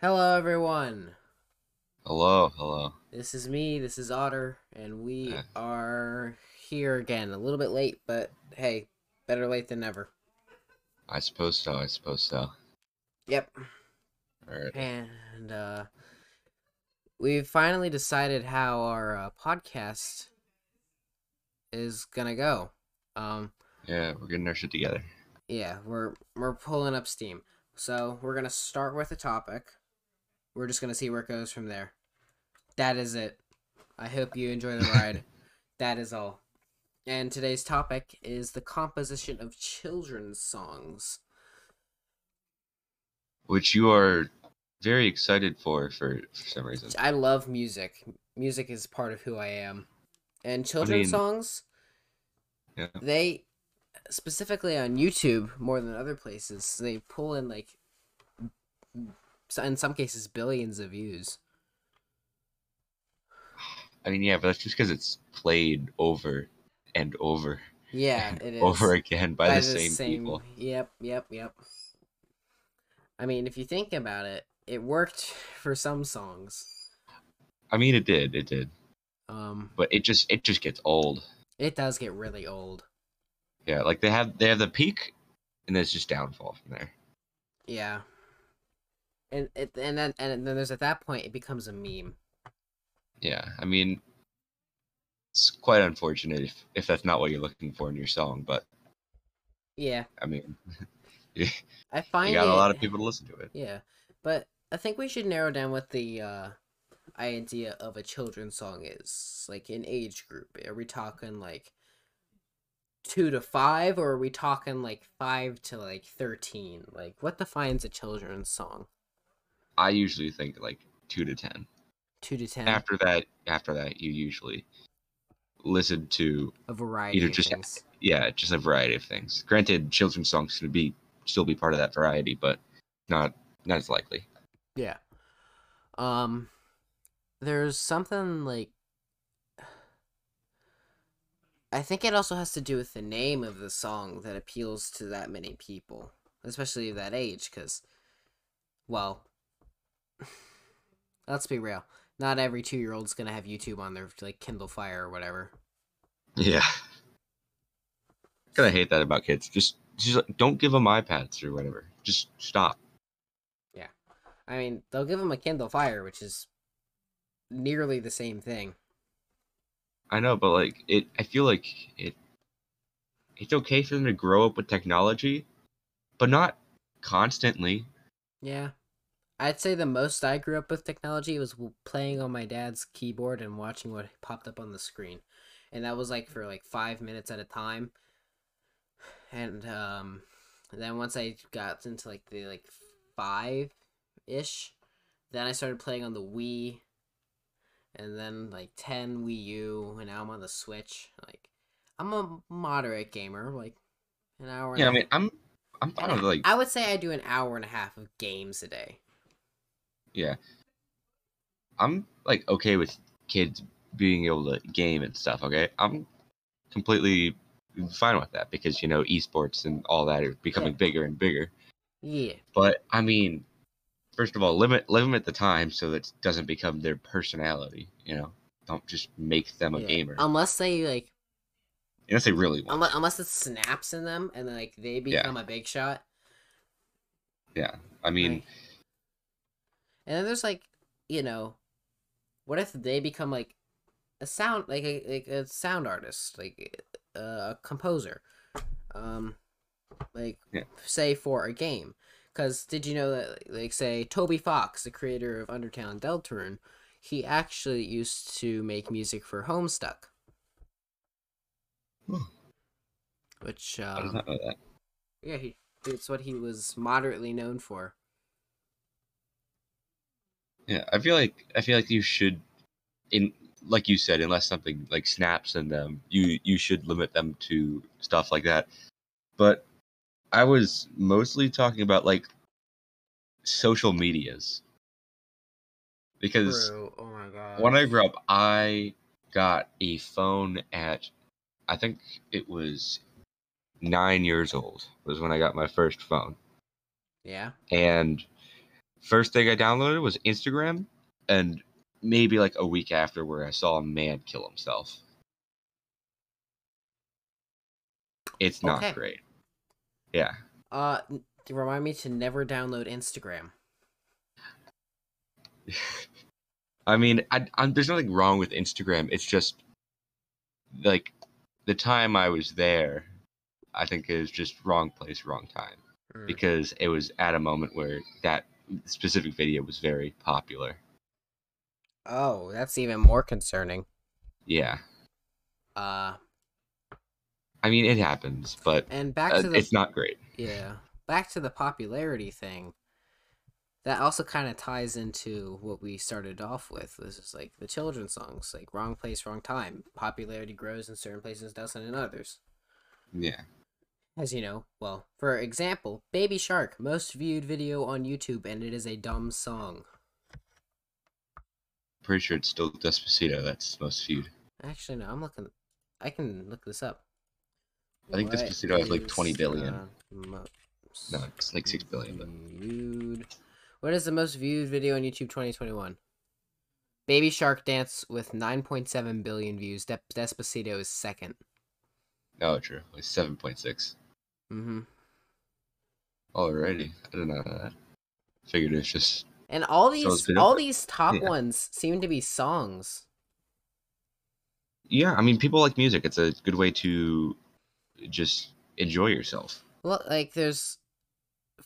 Hello, everyone. Hello, hello. This is me. This is Otter, and we Hey. are here again. A little bit late, but hey, better late than never. I suppose so, I suppose so. Yep. Alright. And uh, we finally decided how our uh, podcast is gonna go. Um, Yeah, we're getting our shit together. yeah, we're we're pulling up steam. So we're gonna start with a topic. We're just gonna see where it goes from there. That is it. I hope you enjoy the ride. that is all. And today's topic is the composition of children's songs. Which you are very excited for for, for some reason. I love music. Music is part of who I am. And children's mean- songs, Yeah. they specifically on YouTube more than other places, they pull in like so- in some cases billions of views. I mean, yeah, but that's just because it's played over and over Yeah, and it is. over again by, the, same, people. Yep, yep, yep. I mean, if you think about it, it worked for some songs. I mean, it did, it did, Um, but it just it just gets old. it does get really old. Yeah, like they have they have the peak, and there's just downfall from there. Yeah. And it and then and then there's at that point it becomes a meme. Yeah, I mean, it's quite unfortunate if if that's not what you're looking for in your song, but Yeah, I mean, I find you got it, a lot of people to listen to it. Yeah, but I think we should narrow down what the uh, idea of a children's song is, like an age group. Are we talking like two to five, or are we talking like five to like thirteen? Like, what defines a children's song? I usually think like two to ten. Two to ten, After that, after that, you usually listen to a variety either of just- things. yeah, just a variety of things. Granted, children's songs can be still be part of that variety, but not not as likely. Yeah. Um there's something like I think it also has to do with the name of the song that appeals to that many people, especially that age cuz well let's be real. Not every 2-year-old's going to have YouTube on their like Kindle Fire or whatever. Yeah, kind of hate that about kids. Just just like, don't give them iPads or whatever. Just stop. I mean, they'll give them a Kindle Fire, which is nearly the same thing. I know, but like it, I feel like it. It's okay for them to grow up with technology, but not constantly. Yeah. I'd say the most I grew up with technology was w- playing on my dad's keyboard and watching what popped up on the screen. And that was like for like 5 minutes at a time. And um then once I got into like the like 5ish, then I started playing on the Wii and then like 10 Wii U and now I'm on the Switch. Like I'm a moderate gamer, like an hour and Yeah, a I mean, I'm I'm fine with like I would say I do an hour and a half of games a day. Yeah. I'm like okay with kids being able to game and stuff, okay? I'm completely fine with that because you know esports and all that are becoming Yeah. bigger and bigger. Yeah. But I mean, first of all, limit limit the time so that it doesn't become their personality, you know. Don't just make them a yeah. Um, gamer. Unless they like Unless they really want. unless, unless it snaps in them and like they Yeah. become a big shot. I mean, like- And then there's like, you know, what if they become like a sound like a like a sound artist, like uh, a composer. Um like Yeah. say for a game. Cuz did you know that like say Toby Fox, the creator of Undertale and Deltarune, he actually used to make music for Homestuck. Hmm. Which I um, don't know that. yeah, he, it's what he was moderately known for. Yeah, I feel like I feel like you should, in like you said, unless something like snaps in them, you you should limit them to stuff like that. But I was mostly talking about like social medias because True. Oh my god. when I grew up, I got a phone at I think it was nine years old was when I got my first phone yeah. and First thing I downloaded was Instagram, and maybe like a week after, where I saw a man kill himself. It's not Okay. great. Yeah. Uh, n- remind me to never download Instagram. I mean, I, i there's nothing wrong with Instagram. It's just like the time I was there, I think it was just wrong place, wrong time Mm. because it was at a moment where that specific video was very popular. Oh, that's even more concerning. Yeah. Uh, I mean, it happens, but and back uh, to the it's not great. yeah, back to the popularity thing. That also kind of ties into what we started off with. This is like the children's songs, like "Wrong Place, Wrong Time." Popularity grows in certain places, doesn't in others. Yeah. As you know, well, for example, Baby Shark, most viewed video on YouTube, and it is a dumb song. Pretty sure it's still Despacito that's most viewed. Actually, no, I'm looking. I can look this up. I think What Despacito has, like, 20 is billion. the most No, it's like 6 billion, but Viewed. What is the most viewed video on YouTube 2021? Baby Shark Dance with 9.7 billion views. De- Despacito is second. no, oh, true. It's 7.6. Mm-hmm. Alrighty. I didn't know that. Figured it's just And all it's these, been up all there. these top Yeah. ones seem to be songs. yeah i mean people like music it's a good way to just enjoy yourself Well, like there's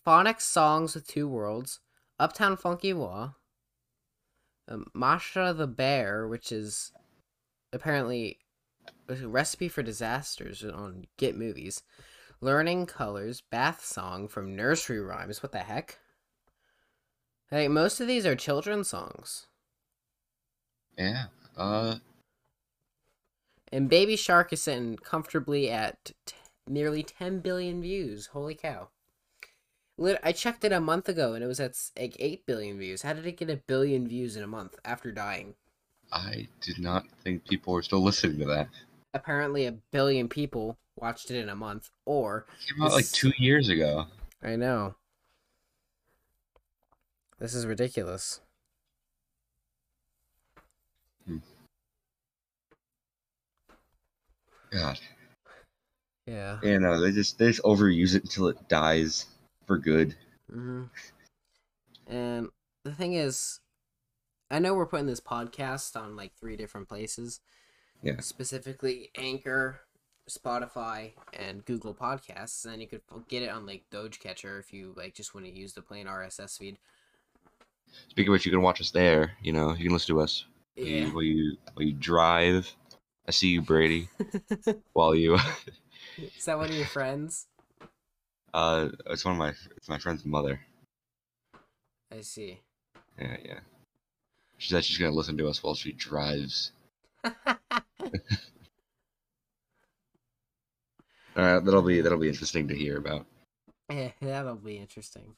phonics songs with two worlds, Uptown Funky Wah, um, Masha the Bear, which is apparently a recipe for disasters on Get Movies, Learning Colors, Bath Song from Nursery Rhymes. What the heck? Like most of these are children's songs, yeah uh and Baby Shark is sitting comfortably at t- nearly 10 billion views. Holy cow! Lit- I checked it a month ago and it was at s- like 8 billion views. How did it get a billion views in a month after dying? i did not think people were still listening to that Apparently, a billion people watched it in a month, or. it came out like This- two years ago I know. This is ridiculous. god Yeah. you know they just they just overuse it until it dies for good hmm And the thing is, I know we're putting this podcast on like three different places. Yeah. Specifically, Anchor, Spotify, and Google Podcasts. And then you could get it on like Dogecatcher if you like just want to use the plain RSS feed. speaking of which you can watch us there you know you can listen to us Will you- Yeah. while you while you drive i see you brady while you is that one of your friends? uh it's one of my it's my friend's mother I see. yeah yeah she said she's gonna listen to us while she drives All right, that'll be that'll be interesting to hear about. Yeah, Eh, that'll be interesting.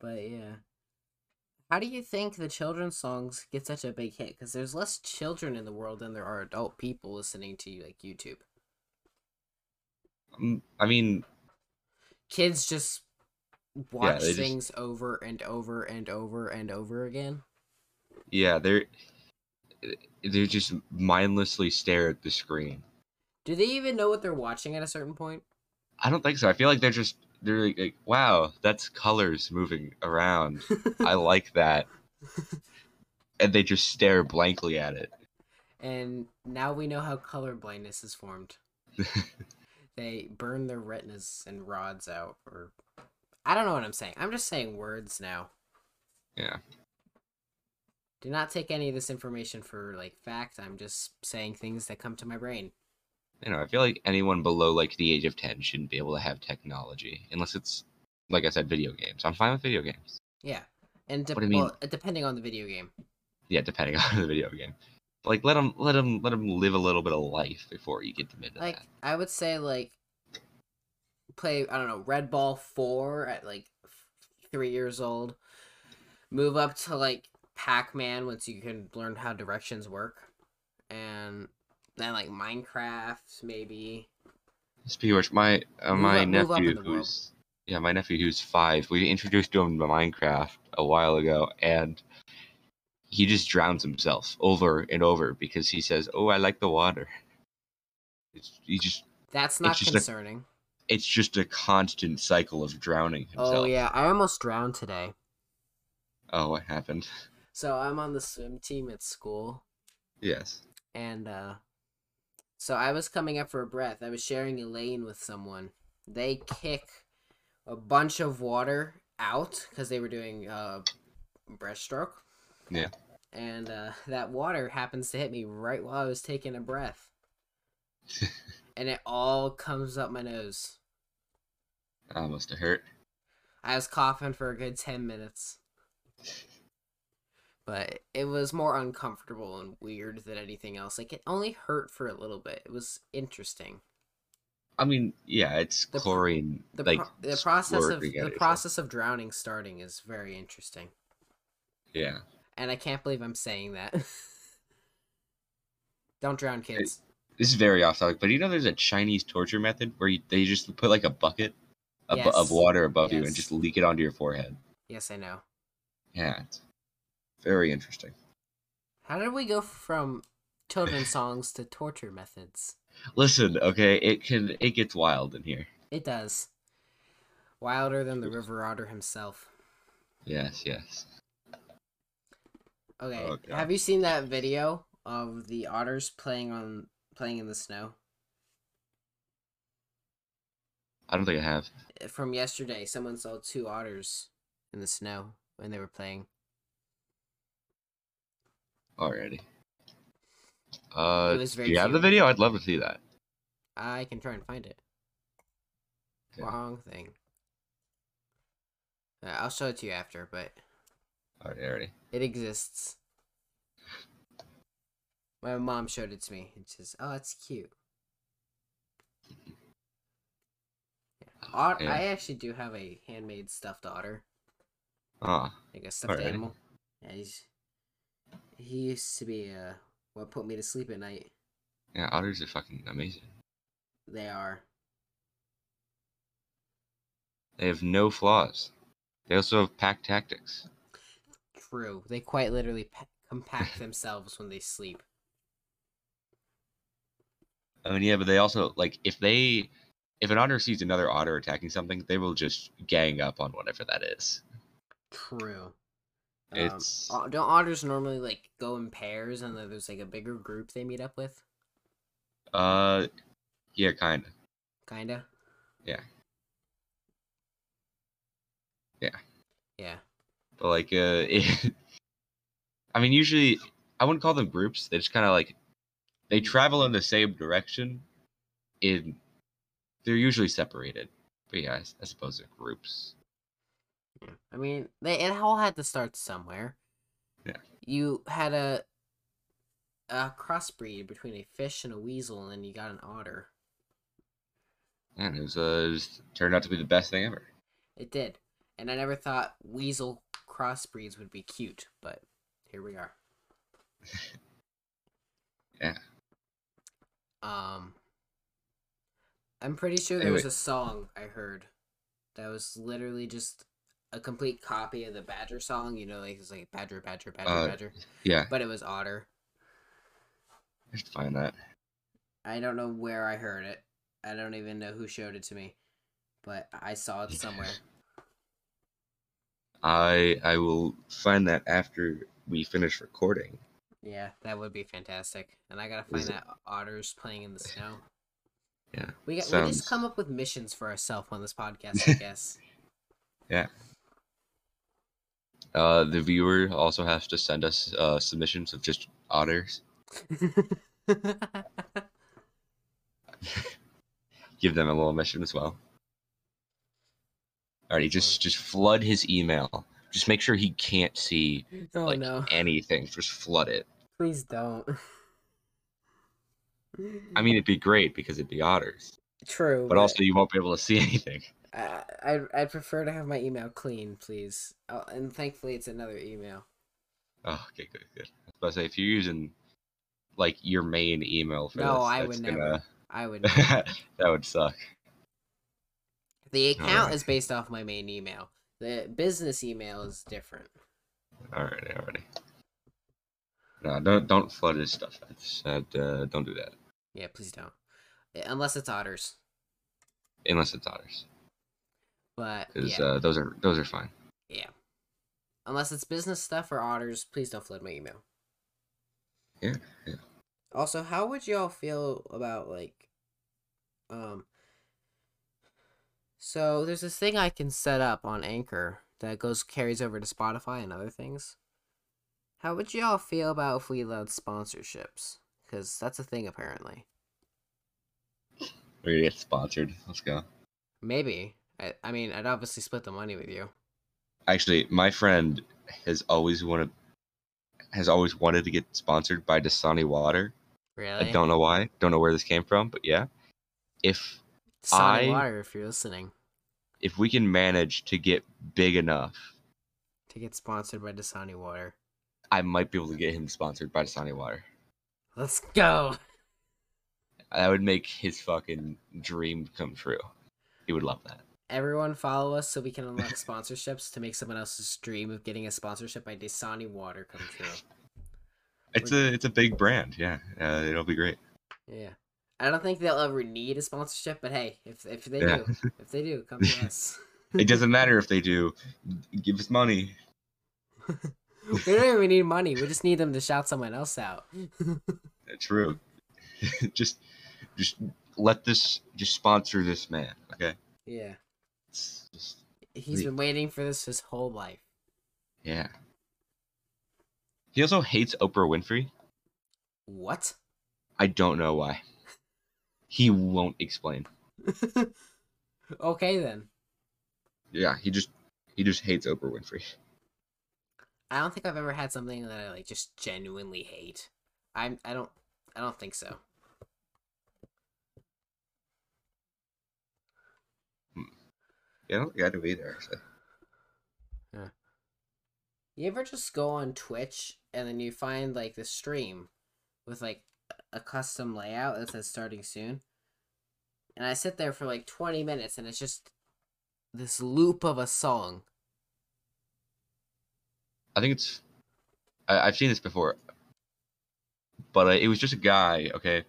But yeah. How do you think the children's songs get such a big hit? Because there's less children in the world than there are adult people listening to like YouTube. Um, I mean, Kids just watch they just- things over and over and over and over again. yeah, they're they just mindlessly stare at the screen. Do they even know what they're watching at a certain point? I don't think so. I feel like they're just they're like, like, wow, that's colors moving around. I like that, and they just stare blankly at it. And now we know how color blindness is formed. they burn their retinas and rods out, or I don't know what I'm saying. I'm just saying words now. Yeah. Do not take any of this information for like fact. I'm just saying things that come to my brain. You know, I feel like anyone below like the age of ten shouldn't be able to have technology unless it's like I said, video games. I'm fine with video games. Yeah, and de- What do you mean? well, depending on the video game. Yeah, depending on the video game. Like let them let them let them live a little bit of life before you get them into Like that. I would say, like play I don't know Red Ball Four at like f- three years old. Move up to like Pac Man once you can learn how directions work, and then like Minecraft maybe. Speaking of which, my uh, Move my up- move up in nephew the world. who's yeah, my nephew who's five, we introduced him to Minecraft a while ago, and he just drowns himself over and over because he says, "Oh, I like the water." It's, he just That's not just a- concerning. it's just a constant cycle of drowning himself. Oh yeah, I almost drowned today. Oh, what happened? So I'm on the swim team at school, Yes. and uh, so I was coming up for a breath. I was sharing a lane with someone. They kick a bunch of water out because they were doing uh, breaststroke. Yeah. And uh, that water happens to hit me right while I was taking a breath, and it all comes up my nose. Oh, must have hurt. I was coughing for a good 10 minutes. But it was more uncomfortable and weird than anything else. Like, it only hurt for a little bit. It was interesting. I mean, yeah, it's The pr- chlorine. The, like pro- the process of squirting at the yourself. process of drowning starting is very interesting, Yeah. and I can't believe I'm saying that. Don't drown, kids. This is very off topic, but you know, there's a Chinese torture method where you, they just put like a bucket of, Yes. of water above you and Yes. just leak it onto your forehead. Yes, I know. Yeah, it's very interesting. How did we go from children's songs to torture methods? Listen, okay, it can it gets wild in here. It does. Wilder than the river otter himself. Yes, yes. Okay. Okay. Have you seen that video of the otters playing on playing in the snow I don't think I have. Eh, from yesterday? Someone saw two otters in the snow when they were playing. Already. Uh, it was do very you have the cute. video? I'd love to see that. I can try and find it. Okay. Wrong thing. Uh, I'll show it to you after, but Already, already. it exists. My mom showed it to me. It says, "Oh, it's cute." Yeah. Ot- Yeah. I actually do have a handmade stuffed otter. Ah, like a stuffed Alrighty. animal. Yeah, he's he used to be uh what put me to sleep at night. yeah, otters are fucking amazing. They are They have no flaws. They also have pack tactics. true. They quite literally pa- compact themselves when they sleep. I mean, yeah, but they also like if they if an otter sees another otter attacking something, they will just gang up on whatever that is. True. Um, It's- o- don't otters normally like go in pairs and then there's like a bigger group they meet up with? Uh, yeah, kind of. Kinda. Yeah. Yeah. Yeah. But like, uh, it, I mean, usually I wouldn't call them groups. They just kind of like they travel in the same direction. In they're usually separated. But yeah, I, s- I suppose they're groups. Yeah. I mean, they it all had to start somewhere. Yeah. You had a a crossbreed between a fish and a weasel, and then you got an otter. And it was, uh, it was- turned out to be the best thing ever. It did. And I never thought weasel crossbreeds would be cute, but here we are. Yeah. Um I'm pretty sure there was Anyway. a song I heard that was literally just a complete copy of the Badger song, you know, like it's like Badger, Badger, Badger, Uh, Badger. Yeah, But it was Otter. I should find that. I don't know where I heard it. I don't even know who showed it to me. But I saw it somewhere. I I will find that after we finish recording. Yeah, that would be fantastic. And I gotta find it- that otters playing in the snow. Yeah, we got we sounds- just come up with missions for ourselves on this podcast, I guess. Uh, the viewer also has to send us uh, submissions of just otters. Give them a little mission as well. Alrighty, just just flood his email. Just make sure he can't see oh Like- no, anything. Just flood it. please don't. I Mm. mean, it'd be great because it'd be otters, true, but also you won't be able to see anything. I, I I'd prefer to have my email clean, please. Oh, and thankfully, it's another email. Oh, okay, good, good. I was about to say if you're using like your main email for No, this, I that's would gonna- I would. that would suck. The account Alright. is based off my main email. The business email is different. Alrighty, alrighty. No, don't don't flood his stuff. That's that, uh, don't do that Yeah, please don't. Yeah, Unless it's otters. unless it's otters, But because yeah, uh, those are those are fine. yeah. Unless it's business stuff or otters, please don't flood my email. Yeah, yeah. Also, how would y'all feel about like um so there's this thing I can set up on Anchor that goes carries over to Spotify and other things. How would y'all feel about if we allowed sponsorships? Because that's a thing apparently. We're gonna get sponsored. Let's go. Maybe. I, I mean, I'd obviously split the money with you. Actually, my friend has always wanted has always wanted to get sponsored by Dasani water. Really? I don't know why. Don't know where this came from, but yeah. If Sonic I- Water, if you're listening, if we can manage to get big enough, to get sponsored by Dasani Water. I might be able to get him sponsored by Dasani water. Let's go. That would make his fucking dream come true. He would love that. Everyone follow us so we can unlock sponsorships to make someone else's dream of getting a sponsorship by Dasani Water come true. It's a it's a big brand. Yeah, uh, it'll be great. Yeah. I don't think they'll ever need a sponsorship, but hey, if if they Yeah. do, if they do, come to us. It doesn't matter if they do. Give us money. we don't even need money. We just need them to shout someone else out. True. just just let this just sponsor this man. Okay. Yeah. It's just, He's Great. been waiting for this his whole life. yeah. He also hates Oprah Winfrey. What? I don't know why. He won't explain. okay then. Yeah, he just he just hates Oprah Winfrey. I don't think I've ever had something that I like just genuinely hate. I'm I don't I don't think so. Yeah, I don't think I do either. Actually, You ever just go on Twitch and then you find like the stream with like a custom layout that says starting soon? And I sit there for like 20 minutes and it's just this loop of a song. I think it's I, I've seen this before, but uh, it was just a guy. Okay,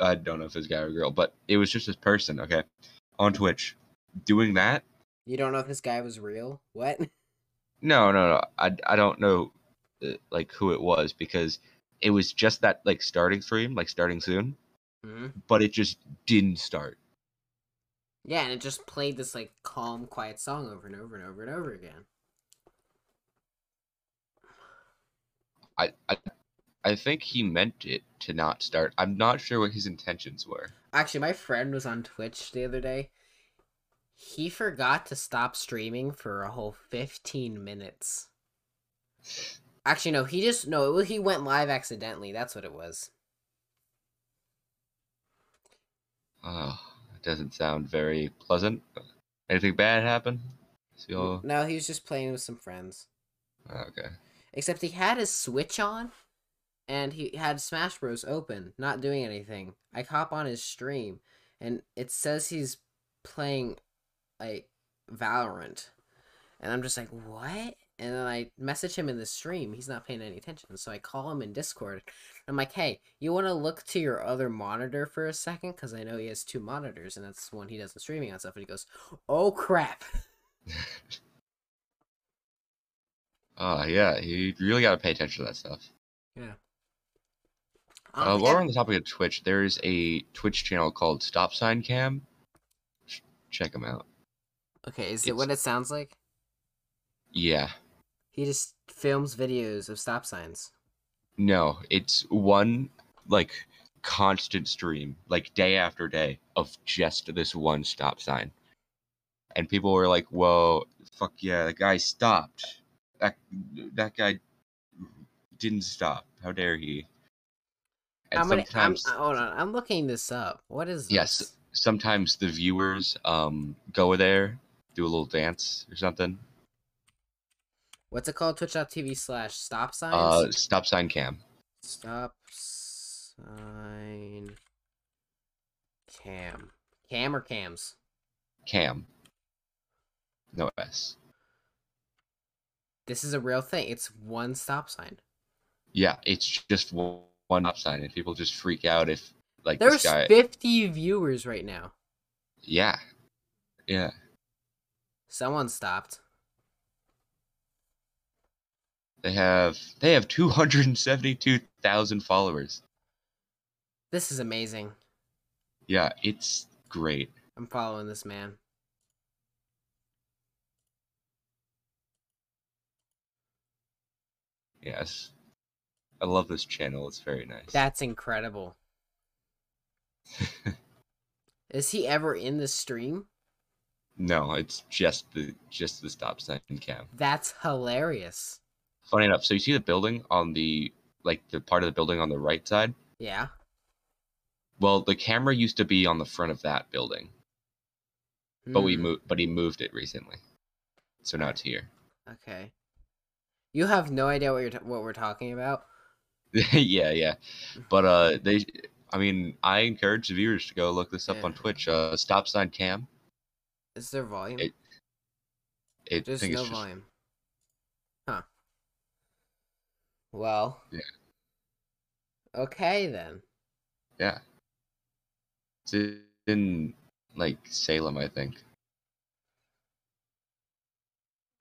I don't know if it was a guy or a girl, but it was just this person. Okay, on Twitch, doing that You don't know if this guy was real? What? No, no, no. I, I don't know, uh, like who it was because it was just that like starting stream, like starting soon, hmm but it just didn't start. Yeah, and it just played this like calm, quiet song over and over and over and over again. I, I, I think he meant it to not start. I'm not sure what his intentions were. Actually, my friend was on Twitch the other day. He forgot to stop streaming for a whole 15 minutes. Actually, no, he just no, it, wa- he went live accidentally. That's what it was. Oh, that doesn't sound very pleasant. Anything bad happen? See all... Oh, No, he was just playing with some friends. Okay. Except he had his Switch on and he had Smash Bros open, not doing anything. I hop on his stream and it says he's playing like Valorant. And I'm just like, "What?" And then I message him in the stream. He's not paying any attention. So I call him in Discord. I'm like, "Hey, you want to look to your other monitor for a second cuz I know he has two monitors and that's the one he does the streaming on stuff." And he goes, "Oh crap." Oh, yeah. You really got to pay attention to that stuff. I don't Uh, think while I- we're on the topic of Twitch, there is a Twitch channel called Stop Sign Cam. Sh- Check them out. Okay, is it It's- what it sounds like? Yeah. He just films videos of stop signs. No, it's one like constant stream, like day after day of just this one stop sign. And people were like, "Whoa, fuck yeah, that guy stopped. That that guy didn't stop. How dare he?" And I'm gonna, I'm, sometimes uh, hold on, I'm looking this up. What is this? Yes. sometimes the viewers um go there, do a little dance or something. What's it called? Twitch.tv slash stop signs? Uh stop sign cam. stop sign cam. Cam or cams? Cam. No S. This is a real thing. It's one stop sign. Yeah, it's just one one stop sign, and people just freak out if like There's this guy. 50 viewers right now. yeah, yeah. Someone stopped. They have they have two hundred and seventy two thousand followers. This is amazing. Yeah, it's great. I'm following this man. Yes, I love this channel. It's very nice. That's incredible. is he ever in the stream? no, it's just the just the stop sign cam. That's hilarious. Funny enough, so you see the building on the like the part of the building on the right side. Yeah. Well, the camera used to be on the front of that building, but we Hmm, moved, but he moved it recently, so now Alright. it's here. Okay. You have no idea what you're t- what we're talking about. yeah, yeah. But uh they I mean, I encourage the viewers to go look this up on Mm-hmm. Yeah. Twitch. Uh stop sign cam. Is there volume? It- It There's think no it's just volume. Huh. Well. Yeah. Okay then. yeah. It's in like Salem, I think.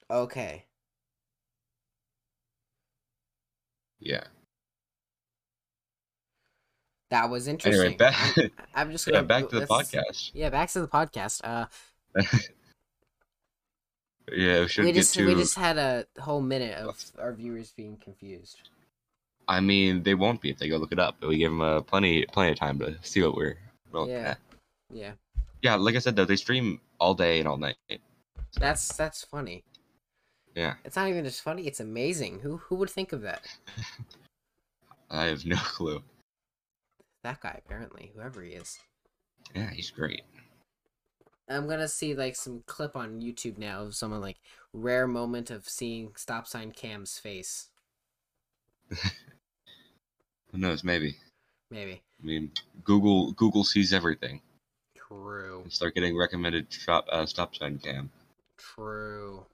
Okay. Yeah. That was interesting. Anyway, back I'm, I'm just gonna yeah, back to the let's- podcast. Yeah, back to the podcast. Uh, Yeah, we should we get just to we just had a whole minute of our viewers being confused. I mean, they won't be if they go look it up, but we give them uh, plenty plenty of time to see what we're looking Yeah. at. Yeah, Yeah, like I said though, they stream all day and all night. that's that's funny. Yeah. It's not even just funny; it's amazing. Who who would think of that? I have no clue. That guy apparently, whoever he is. Yeah, he's great. I'm gonna see like some clip on YouTube now of someone like rare moment of seeing stop sign Cam's face. Who knows, maybe. Maybe I mean, Google Google sees everything. true, and start getting recommended shop, uh, stop sign cam. true.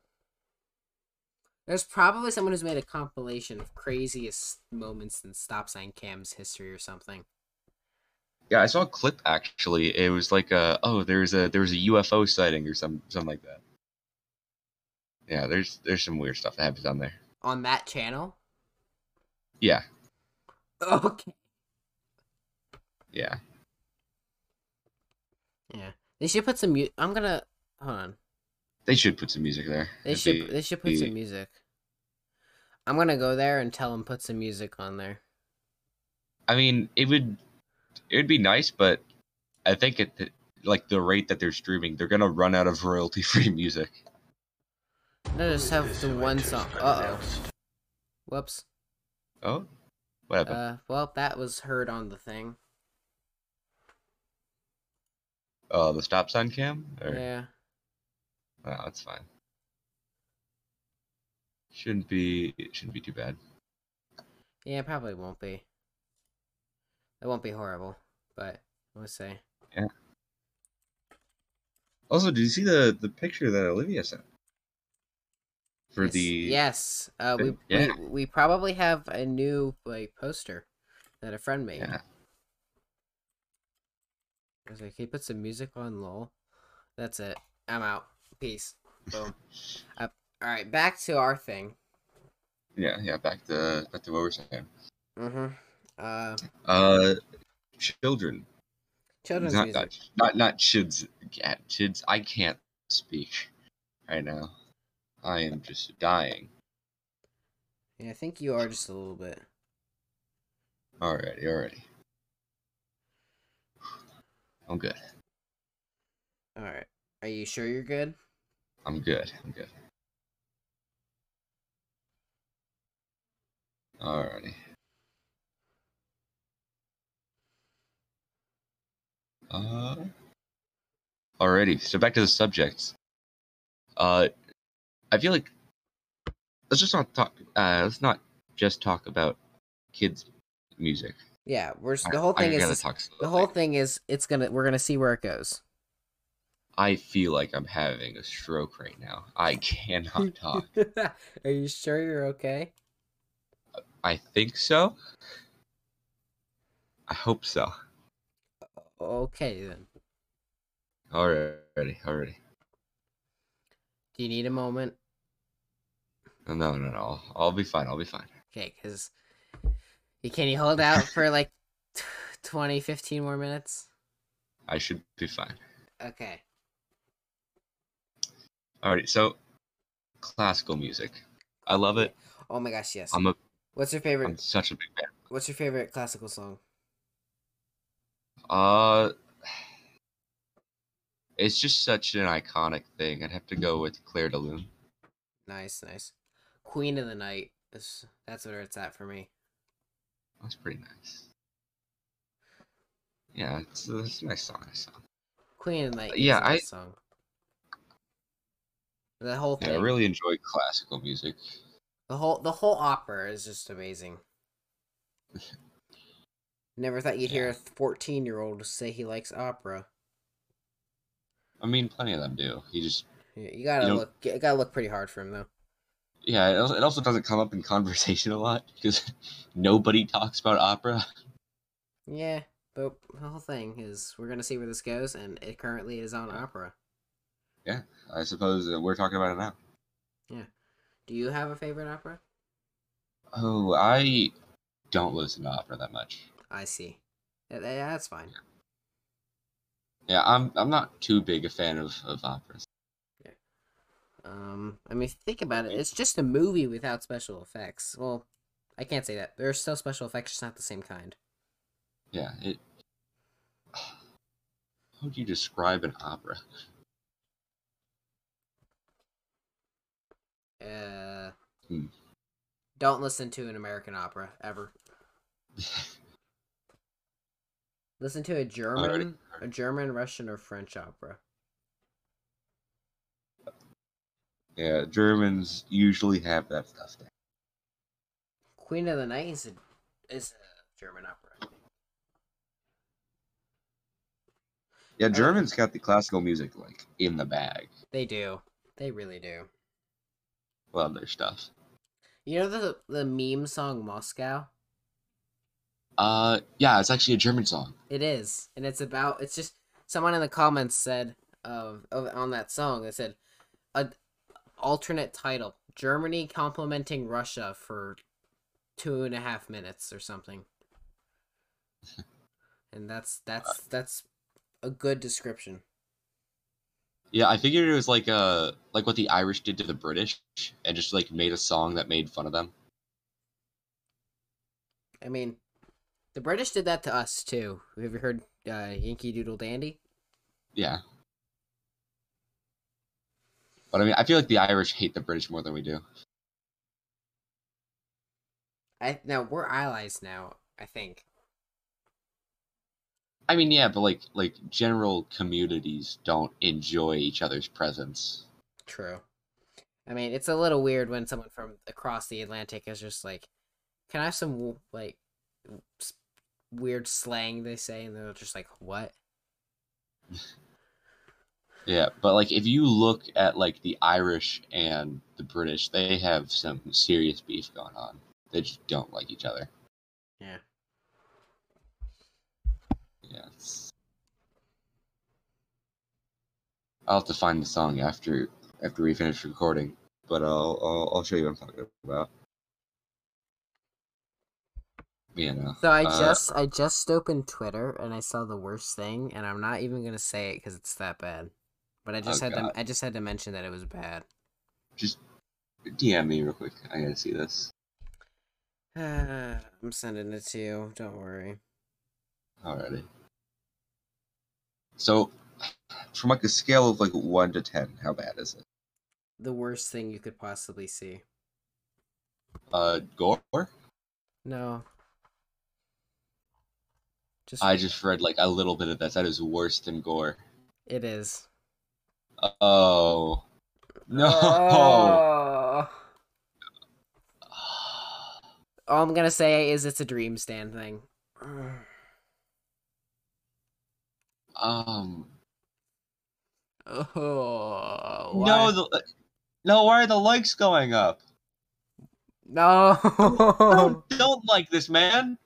There's probably someone who's made a compilation of craziest moments in stop sign Cam's history or something. Yeah, I saw a clip actually. It was like uh oh, there's a there was a UFO sighting or some something like that. Yeah, there's there's some weird stuff that happens on there. on that channel. Yeah, Okay. yeah. Yeah, they should put some. Mu- I'm gonna hold on. They should put some music there. They It'd should. be- They should put be- some music. I'm gonna go there and tell them put some music on there. I mean, it would it would be nice, but I think at the, like the rate that they're streaming, they're gonna run out of royalty free music. No, just have the one song. Uh oh. Whoops. Oh, what happened? Uh, well, that was heard on the thing. oh, the stop sign cam? Or... Yeah. No, that's fine. Shouldn't be. It shouldn't be too bad. Yeah, it probably won't be. It won't be horrible, but let's say Also, did you see the the picture that Olivia sent for the? yes. Uh, we, thing, yeah. we we probably have a new like poster that a friend made. Yeah. I was like, he put some music on lol. That's it. I'm out. Peace. Boom. uh, all right, back to our thing. Yeah, yeah. Back to back to what we're saying. Mm-hmm. Uh, Uh, children. children's not, music. not not not kids. Yeah, kids. I can't speak right now. I am just dying. Yeah, I think you are just a little bit. Already, already. I'm good. All right. Are you sure you're good? I'm good. I'm good. Alrighty. Uh, alrighty. So back to the subjects. Uh, I feel like let's just not talk. Uh, let's not just talk about kids' music. Yeah. We're s- I- the whole I thing is gotta this- talk. the whole thing is it's gonna we're gonna see where it goes. I feel like I'm having a stroke right now. I cannot talk. Are you sure you're okay? I think so. I hope so. Okay then. Already, already. Do you need a moment? No, no, no. I'll, I'll be fine. I'll be fine. Okay, because you can you hold out for like 20, 15 more minutes? I should be fine. Okay. Alright, so classical music. I love it. Oh my gosh, yes. I'm a What's your favorite? I'm such a big fan. What's your favorite classical song? Uh it's just such an iconic thing. I'd have to go with Claire de Lune. Nice, nice. Queen of the Night. Is, that's where it's at for me. That's pretty nice. Yeah, it's, it's a nice song. Nice song. Queen of the Night. Yeah, is a I- nice song. The whole Yeah, thing. I really enjoy classical music. The whole the whole opera is just amazing. Never thought you'd hear a fourteen year old say he likes opera. I mean, plenty of them do. You just Yeah, You gotta You don't- look. You gotta look pretty hard for him though. yeah. It also, it also doesn't come up in conversation a lot because nobody talks about opera. Yeah, but the whole thing is we're gonna see where this goes, and it currently is on opera. I suppose uh, we're talking about it now. Do you have a favorite opera? Oh, I don't listen to opera that much. I see. Yeah, tha- yeah, that's fine. Yeah, I'm I'm not too big a fan of, of operas. Um, I mean, if you think about it. It's just a movie without special effects. Well, I can't say that. There are still special effects, just not the same kind. Yeah, it. How would you describe an opera? Uh, Hmm. don't listen to an American opera ever. Listen to a German, a German, Russian, or French opera. yeah, Germans usually have that stuff. down. Queen of the Night is a, is a German opera. Yeah, Okay. Germans got the classical music like in the bag. They do. They really do. Love their stuff. You know the the meme song Moscow? Uh, yeah, it's actually a German song. It is, and it's about. It's just someone in the comments said of, of on that song. They said a alternate title: Germany complimenting Russia for two and a half minutes or something. and that's that's that's a good description. Yeah, I figured it was like uh like what the Irish did to the British and just like made a song that made fun of them. I mean, the British did that to us too. Have you heard uh, Yankee Doodle Dandy? Yeah. But I mean, I feel like the Irish hate the British more than we do. I now we're allies now. I think. I mean, yeah, but like like general communities don't enjoy each other's presence. True. I mean, it's a little weird when someone from across the Atlantic is just like, "Can I have some w- like w- s- weird slang they say?" And they're just like, "What?" Yeah, but like if you look at like the Irish and the British, they have some serious beef going on. They just don't like each other. Yeah. Yeah. It's... I'll have to find the song after after we finish recording, but I'll I'll, I'll show you what I'm talking about. Yeah, no. So I Uh, just I just opened Twitter and I saw the worst thing, and I'm not even gonna say it because it's that bad. But I just Oh, had to I just had to mention that it was bad. DM me real quick. I gotta see this. I'm sending it to you. Don't worry. Alrighty. So, from like a scale of like one to ten, how bad is it? The worst thing you could possibly see. Uh, gore. No. Just I just read like a little bit of that. That is worse than gore. it is. Oh no. Oh. All I'm gonna say is it's a dream stand thing. Um, Oh, No, why- the, no. Why are the likes going up? no. Don't- don't like this man.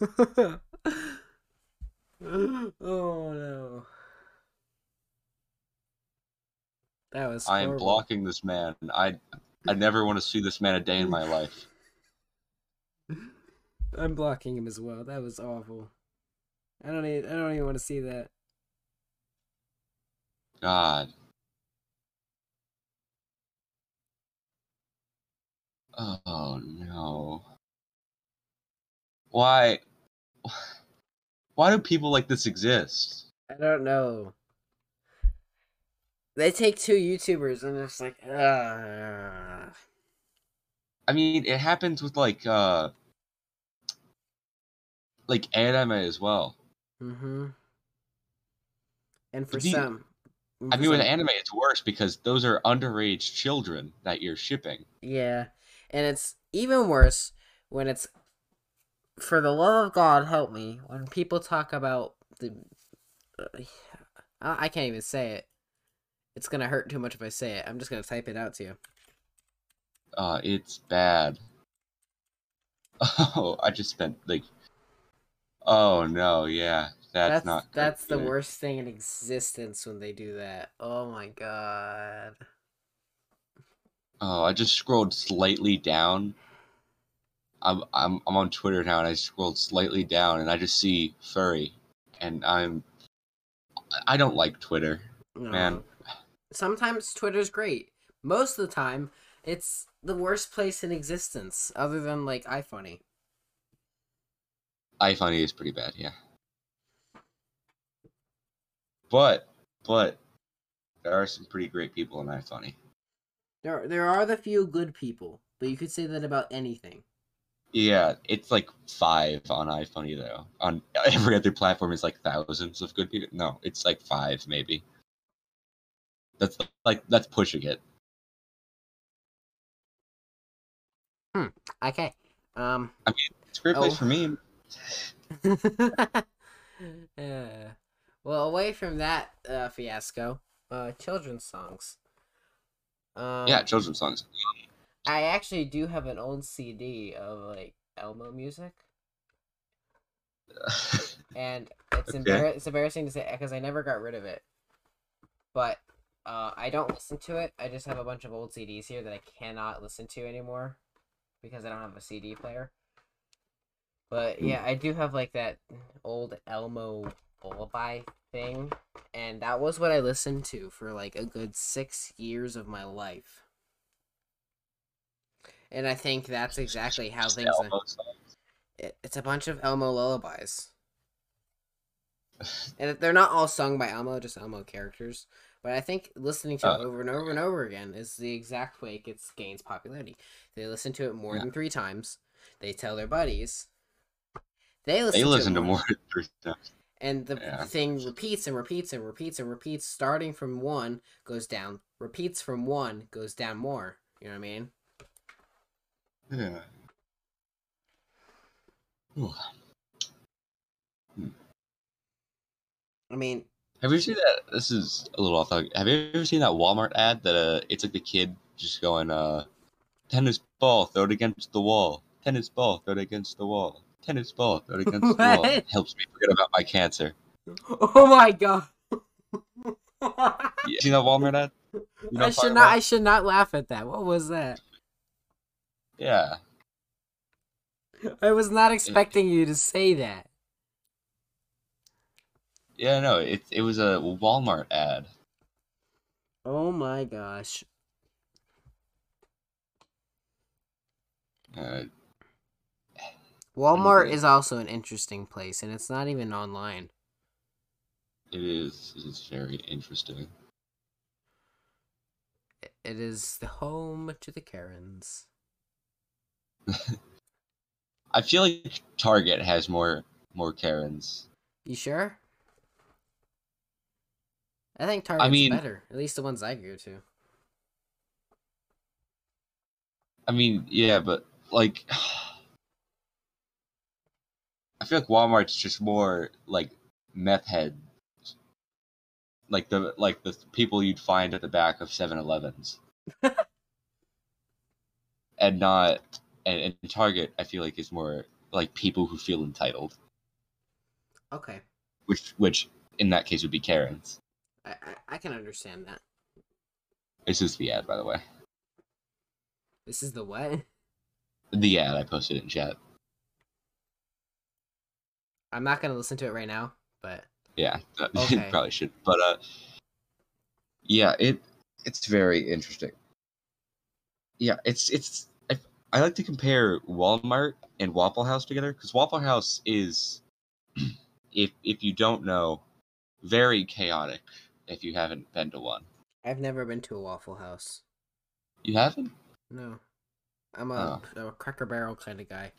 oh no. That was. I am horrible. blocking this man. I I never want to see this man a day in my life. I'm blocking him as well. That was awful. I don't even. I don't even want to see that. God. Oh no. Why? Why do people like this exist? I don't know. They take two YouTubers and it's like, ah. I mean, it happens with like uh like anime as well. Mm-hmm. And for Do you- some, I for mean, with some- anime, it's worse because those are underage children that you're shipping. Yeah. And it's even worse when it's for the love of God help me when people talk about the uh, I I can't even say it. It's going to hurt too much if I say it. I'm just going to type it out to you. Uh, it's bad. Oh, I just spent like. Oh no! Yeah, that's, That's not. that's the good. worst thing in existence when they do that. Oh my god. Oh, I just scrolled slightly down. I'm I'm I'm on Twitter now, and I scrolled slightly down, and I just see furry, and I'm. I don't like Twitter. Man. Oh. Sometimes Twitter's great. Most of the time, it's the worst place in existence other than like iFunny. iFunny is pretty bad, yeah. But but there are some pretty great people in iFunny. There there are the few good people, but you could say that about anything. Yeah, it's like five on iFunny though. On every other platform, it's like thousands of good people. No, it's like five maybe. That's like that's pushing it. Okay. Um It's a great place Oh. for me. Yeah. well, away from that uh, fiasco, uh, children's songs. Um, yeah, children's songs. I actually do have an old CD of like Elmo music, and it's Okay. embar- it's embarrassing to say because I never got rid of it. But uh, I don't listen to it. I just have a bunch of old CDs here that I cannot listen to anymore because I don't have a CD player. But Hmm. yeah, I do have like that old Elmo lullaby thing, and that was what I listened to for like a good six years of my life. And I think that's exactly how Just things. Are. Elmo songs. It- It's a bunch of Elmo lullabies. and they're not all sung by Elmo, just Elmo characters. But I think listening to it Oh, over and over and over again is the exact way it gets gains popularity. They listen to it more Yeah. than three times. They tell their buddies. They listen, They listen to to it more than three times. and the Yeah. thing repeats and repeats and repeats and repeats, starting from one goes down, repeats from one goes down more. You know what I mean? Yeah. Ooh. I mean, Have you seen that? This is a little off topic. Have you ever seen that Walmart ad that uh, it's like the kid just going, uh, tennis ball, throw it against the wall. Tennis ball, throw it against the wall. Tennis ball, throw it against the wall. What? Helps me forget about my cancer. oh my god! You seen that Walmart ad? You know what I I'm should talking not. about? I should not laugh at that. What was that? Yeah. I was not expecting you to say that. Yeah, no, it, it was a Walmart ad. Oh my gosh. Uh, Walmart Okay. is also an interesting place, and it's not even online. it is it is very interesting. It- It is the home to the Karens. I feel like Target has more more Karens. You sure? I think Target's mean- better. At least the ones I go to. I mean, yeah, but like, I feel like Walmart's just more like meth head, like the like the people you'd find at the back of 7-Elevens. and not and, and Target I feel like is more like people who feel entitled, Okay, which which in that case would be Karen's. I I, I can understand that. This is the ad by the way. This is the what? The ad I posted in chat. I'm not gonna listen to it right now, but Yeah, that- Okay. probably should. But uh, yeah, it it's very interesting. Yeah, it's it's I, I like to compare Walmart and Waffle House together because Waffle House is, if if you don't know, very chaotic. If you haven't been to one, I've never been to a Waffle House. you haven't. No, I'm a, a Cracker Barrel kind of guy.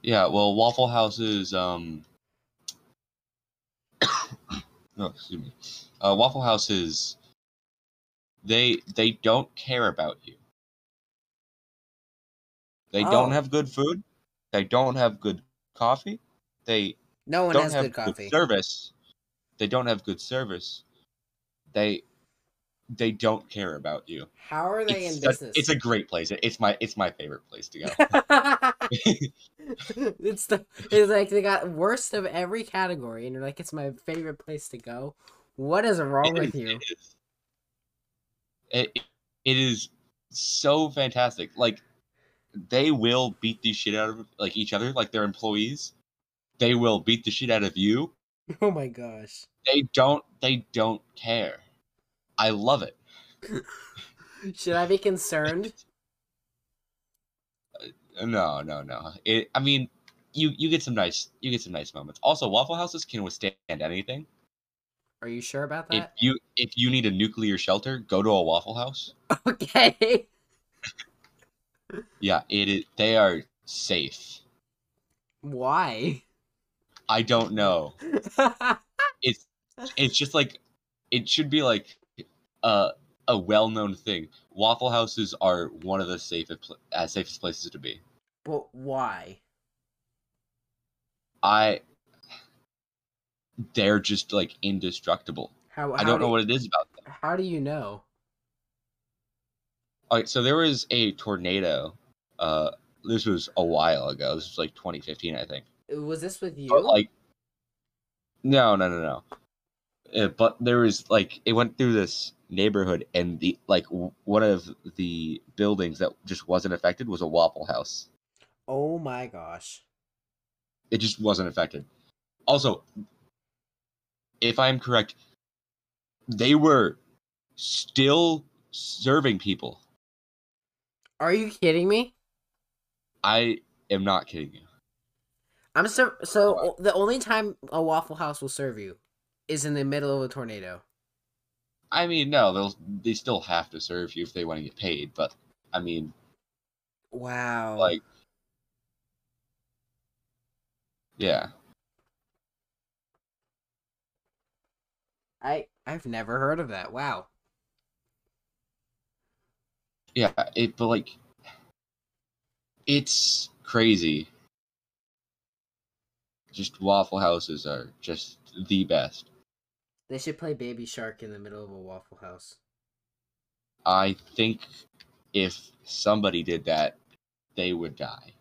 Yeah, well, Waffle House is um. no, excuse me. Uh, Waffle House is. They they don't care about you. They Oh. don't have good food. They don't have good coffee. They No one don't has have good coffee. service. They don't have good service. They they don't care about you. How are they It's in such- business? it's a great place. It's my it's my favorite place to go. it's the it's like they got worst of every category, and you're like, it's my favorite place to go. What is wrong It with is- you? It is, it, it is so fantastic. Like they will beat the shit out of like each other, like their employees. They will beat the shit out of you. Oh my gosh. They don't. They don't care. I love it. Should I be concerned? No, no, no. It, I mean, you you get some nice you get some nice moments. Also, Waffle Houses can withstand anything. Are you sure about If that? you if you need a nuclear shelter, go to a Waffle House. Okay. Yeah, it is. They are safe. Why? I don't know. it's it's just like it should be like a a well known thing. Waffle houses are one of the safest pl- uh, safest places to be. but why? I they're just like indestructible. How, how I don't do, know what it is about them. How do you know? All right, so there was a tornado. Uh, this was a while ago. This was like 2015, I think. Was this with you? But like, no, no, no, no. Uh, but there was like it went through this neighborhood, and the like w- one of the buildings that just wasn't affected was a Waffle House. oh my gosh. It just wasn't affected. Also, if I'm correct, they were still serving people. Are you kidding me? I am not kidding you. I'm so so the only time a Waffle House will serve you is in the middle of a tornado. I mean, no, they'll they still have to serve you if they want to get paid. But I mean, Wow. like yeah I I've never heard of that. Wow. yeah it but like it's crazy just waffle houses are just the best They should play Baby Shark in the middle of a Waffle House. i think if somebody did that they would die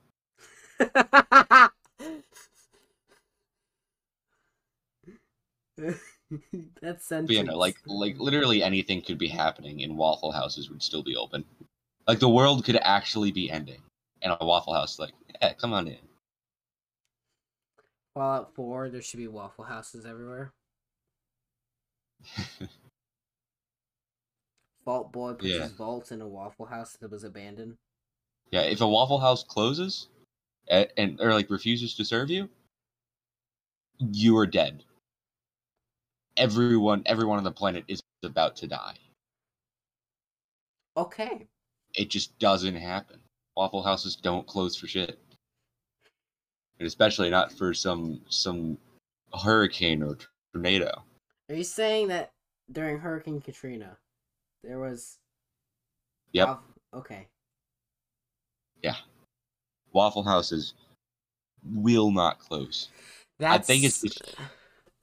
That's but you sentence. know like like literally anything could be happening and waffle houses would still be open like the world could actually be ending and a waffle house like yeah come on in Fallout Four. There should be Waffle Houses everywhere. Vault Boy puts Yeah. his vault in a Waffle House that was abandoned. Yeah, if a Waffle House closes and, and or like refuses to serve you, you are dead. Everyone, everyone on the planet is about to die. Okay. It just doesn't happen. Waffle houses don't close for shit, and especially not for some some hurricane or tornado. Are you saying that during Hurricane Katrina, there was? Yep. Waff- Okay. Waffle houses will not close. That's. think it's-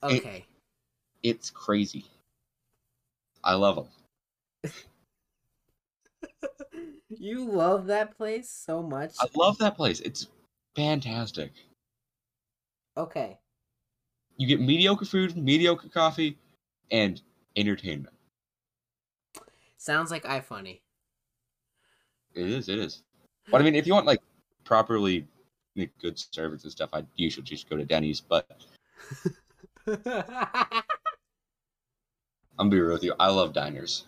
okay. It's crazy. I love them. you love that place so much. I love that place. It's fantastic. Okay. You get mediocre food, mediocre coffee, and entertainment. Sounds like iFunny. It is. It is. But I mean, if you want like properly like, good service and stuff, I you should just go to Denny's. But I'm gonna be real with you. I love diners.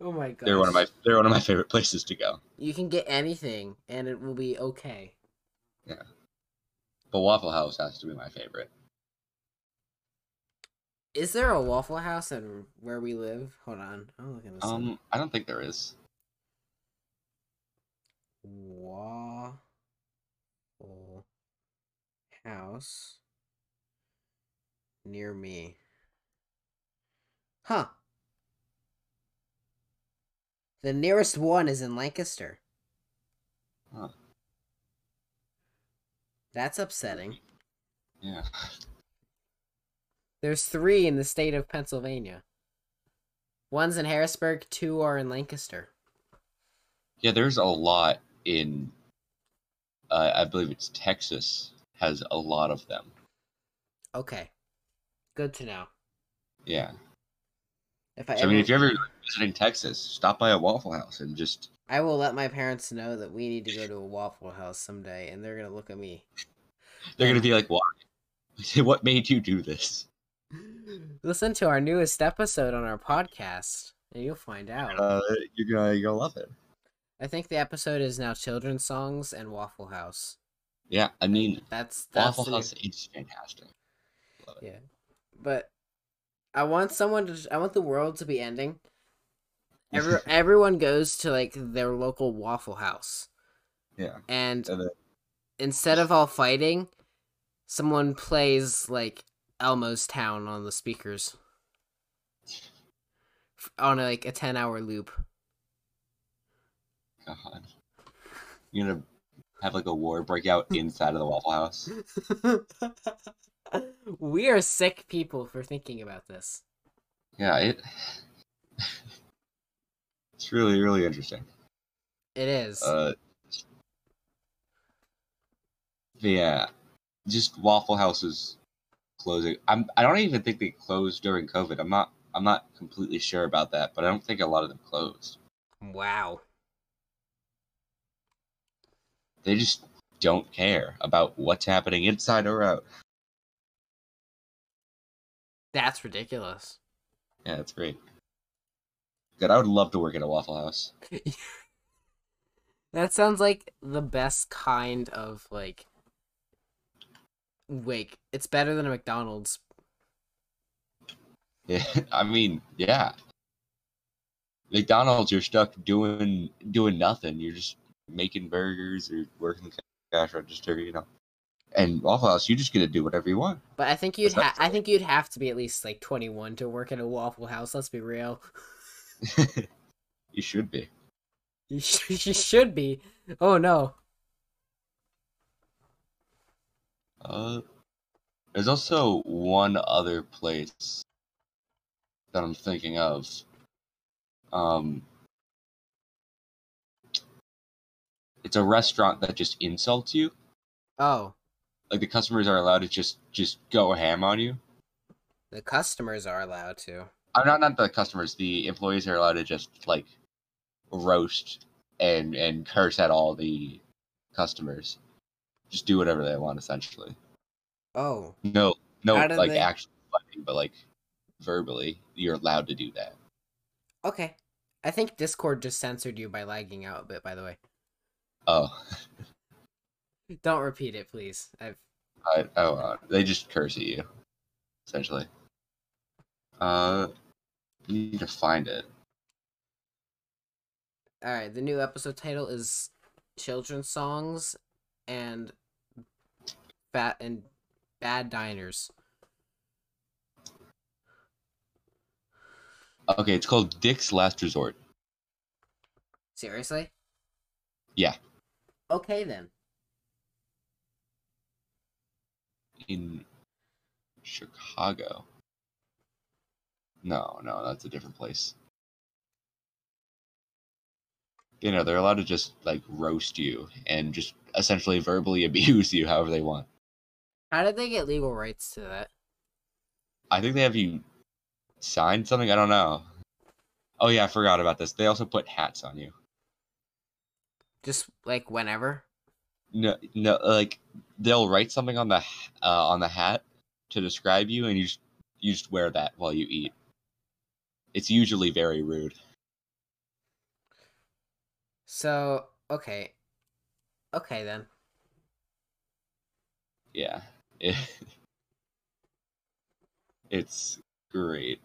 oh my god. They're one of my they're one of my favorite places to go. You can get anything and it will be okay. But Waffle House has to be my favorite. Is there a Waffle House in where we live? Hold on. I'm looking this up. Um, I don't think there is. Waffle House near me. Huh. The nearest one is in Lancaster. Huh. That's upsetting. Yeah. There's three in the state of Pennsylvania. One's in Harrisburg, two are in Lancaster. Yeah, there's a lot in. Uh, I believe it's Texas has a lot of them. Okay. Good to know. Yeah. If I, So I mean, ever- if you're ever visiting Texas, stop by a Waffle House and just I will let my parents know that we need to go to a Waffle House someday, and they're gonna look at me. they're gonna be like, "Why? what made you do this?" Listen to our newest episode on our podcast, and you'll find out. Uh, you're gonna you're gonna love it. I think the episode is now children's songs and Waffle House. Yeah, I mean, That's that's Waffle the new- House is fantastic. But I want someone to. I want the world to be ending. Every, everyone goes to like their local Waffle House, Yeah. and And then- instead of all fighting, someone plays like Elmo's Town on the speakers F- on like a ten-hour loop. God. You're gonna have like a war break out inside of the Waffle House. we are sick people for thinking about this. Yeah, it. it's really really interesting. It is. Uh, but yeah, just Waffle Houses closing. I'm I don't even think they closed during COVID. I'm not I'm not completely sure about that, but I don't think a lot of them closed. wow. They just don't care about what's happening inside or out. That's ridiculous. Yeah, that's great. Good. I would love to work at a Waffle House. That sounds like the best kind of like wake. It's better than a McDonald's. Yeah, I mean, yeah. McDonald's, you're stuck doing doing nothing. You're just making burgers or working the cash register, you know. And Waffle House, you just get to do whatever you want. But I think you'd That's ha- I think you'd have to be at least like 21 to work at a Waffle House, let's be real. You should be. You, sh- you should be. Oh no. Uh, there's also one other place that I'm thinking of. Um, it's a restaurant that just insults you. Oh, Like the customers are allowed to just just go ham on you. the customers are allowed to. I'm not not the customers. The employees are allowed to just like roast and and curse at all the customers. Just do whatever they want, essentially. Oh, No, no, How do like they- actually fighting, but like verbally, you're allowed to do that. okay. I think Discord just censored you by lagging out a bit, by the way. Oh, Don't repeat it, please. I've I, oh, uh, they just curse at you, essentially. Uh, you need to find it. All right, the new episode title is Children's Songs and Bat and Bad Diners. Okay, it's called Dick's Last Resort. Seriously? Yeah. Okay then. in Chicago. No, no, that's a different place. You know, they're allowed to just like roast you and just essentially verbally abuse you however they want. How did they get legal rights to that? I think they have you sign something. I don't know. Oh yeah, I forgot about this. They also put hats on you. Just like whenever. No, no, like they'll write something on the h- uh, on the hat to describe you, and you just, you just wear that while you eat. It's usually very rude. So okay, okay then. Yeah, it, it's great.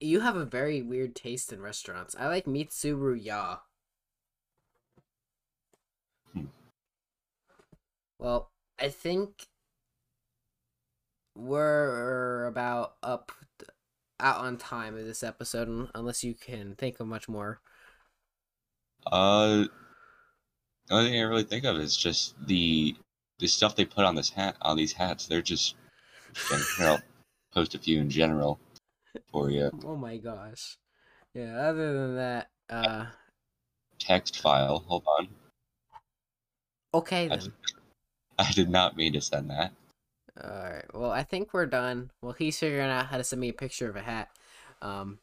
You have a very weird taste in restaurants. I like Mitsuru Ya. Hmm. Well, I think we're about up out on time of this episode, un- unless you can think of much more. Uh, the only thing I really think of is just the the stuff they put on this hat on these hats. They're just, just I'll post a few in general for you. Oh my gosh. Yeah. Other than that, uh, Text file. Hold on, okay I then. did, I did not mean to send that. All right. Well, I think we're done. Well, he's figuring out how to send me a picture of a hat. Um,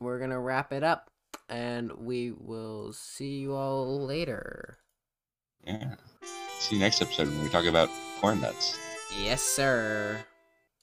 we're gonna wrap it up, and we will see you all later. Yeah. See you next episode when we talk about corn nuts. Yes, sir.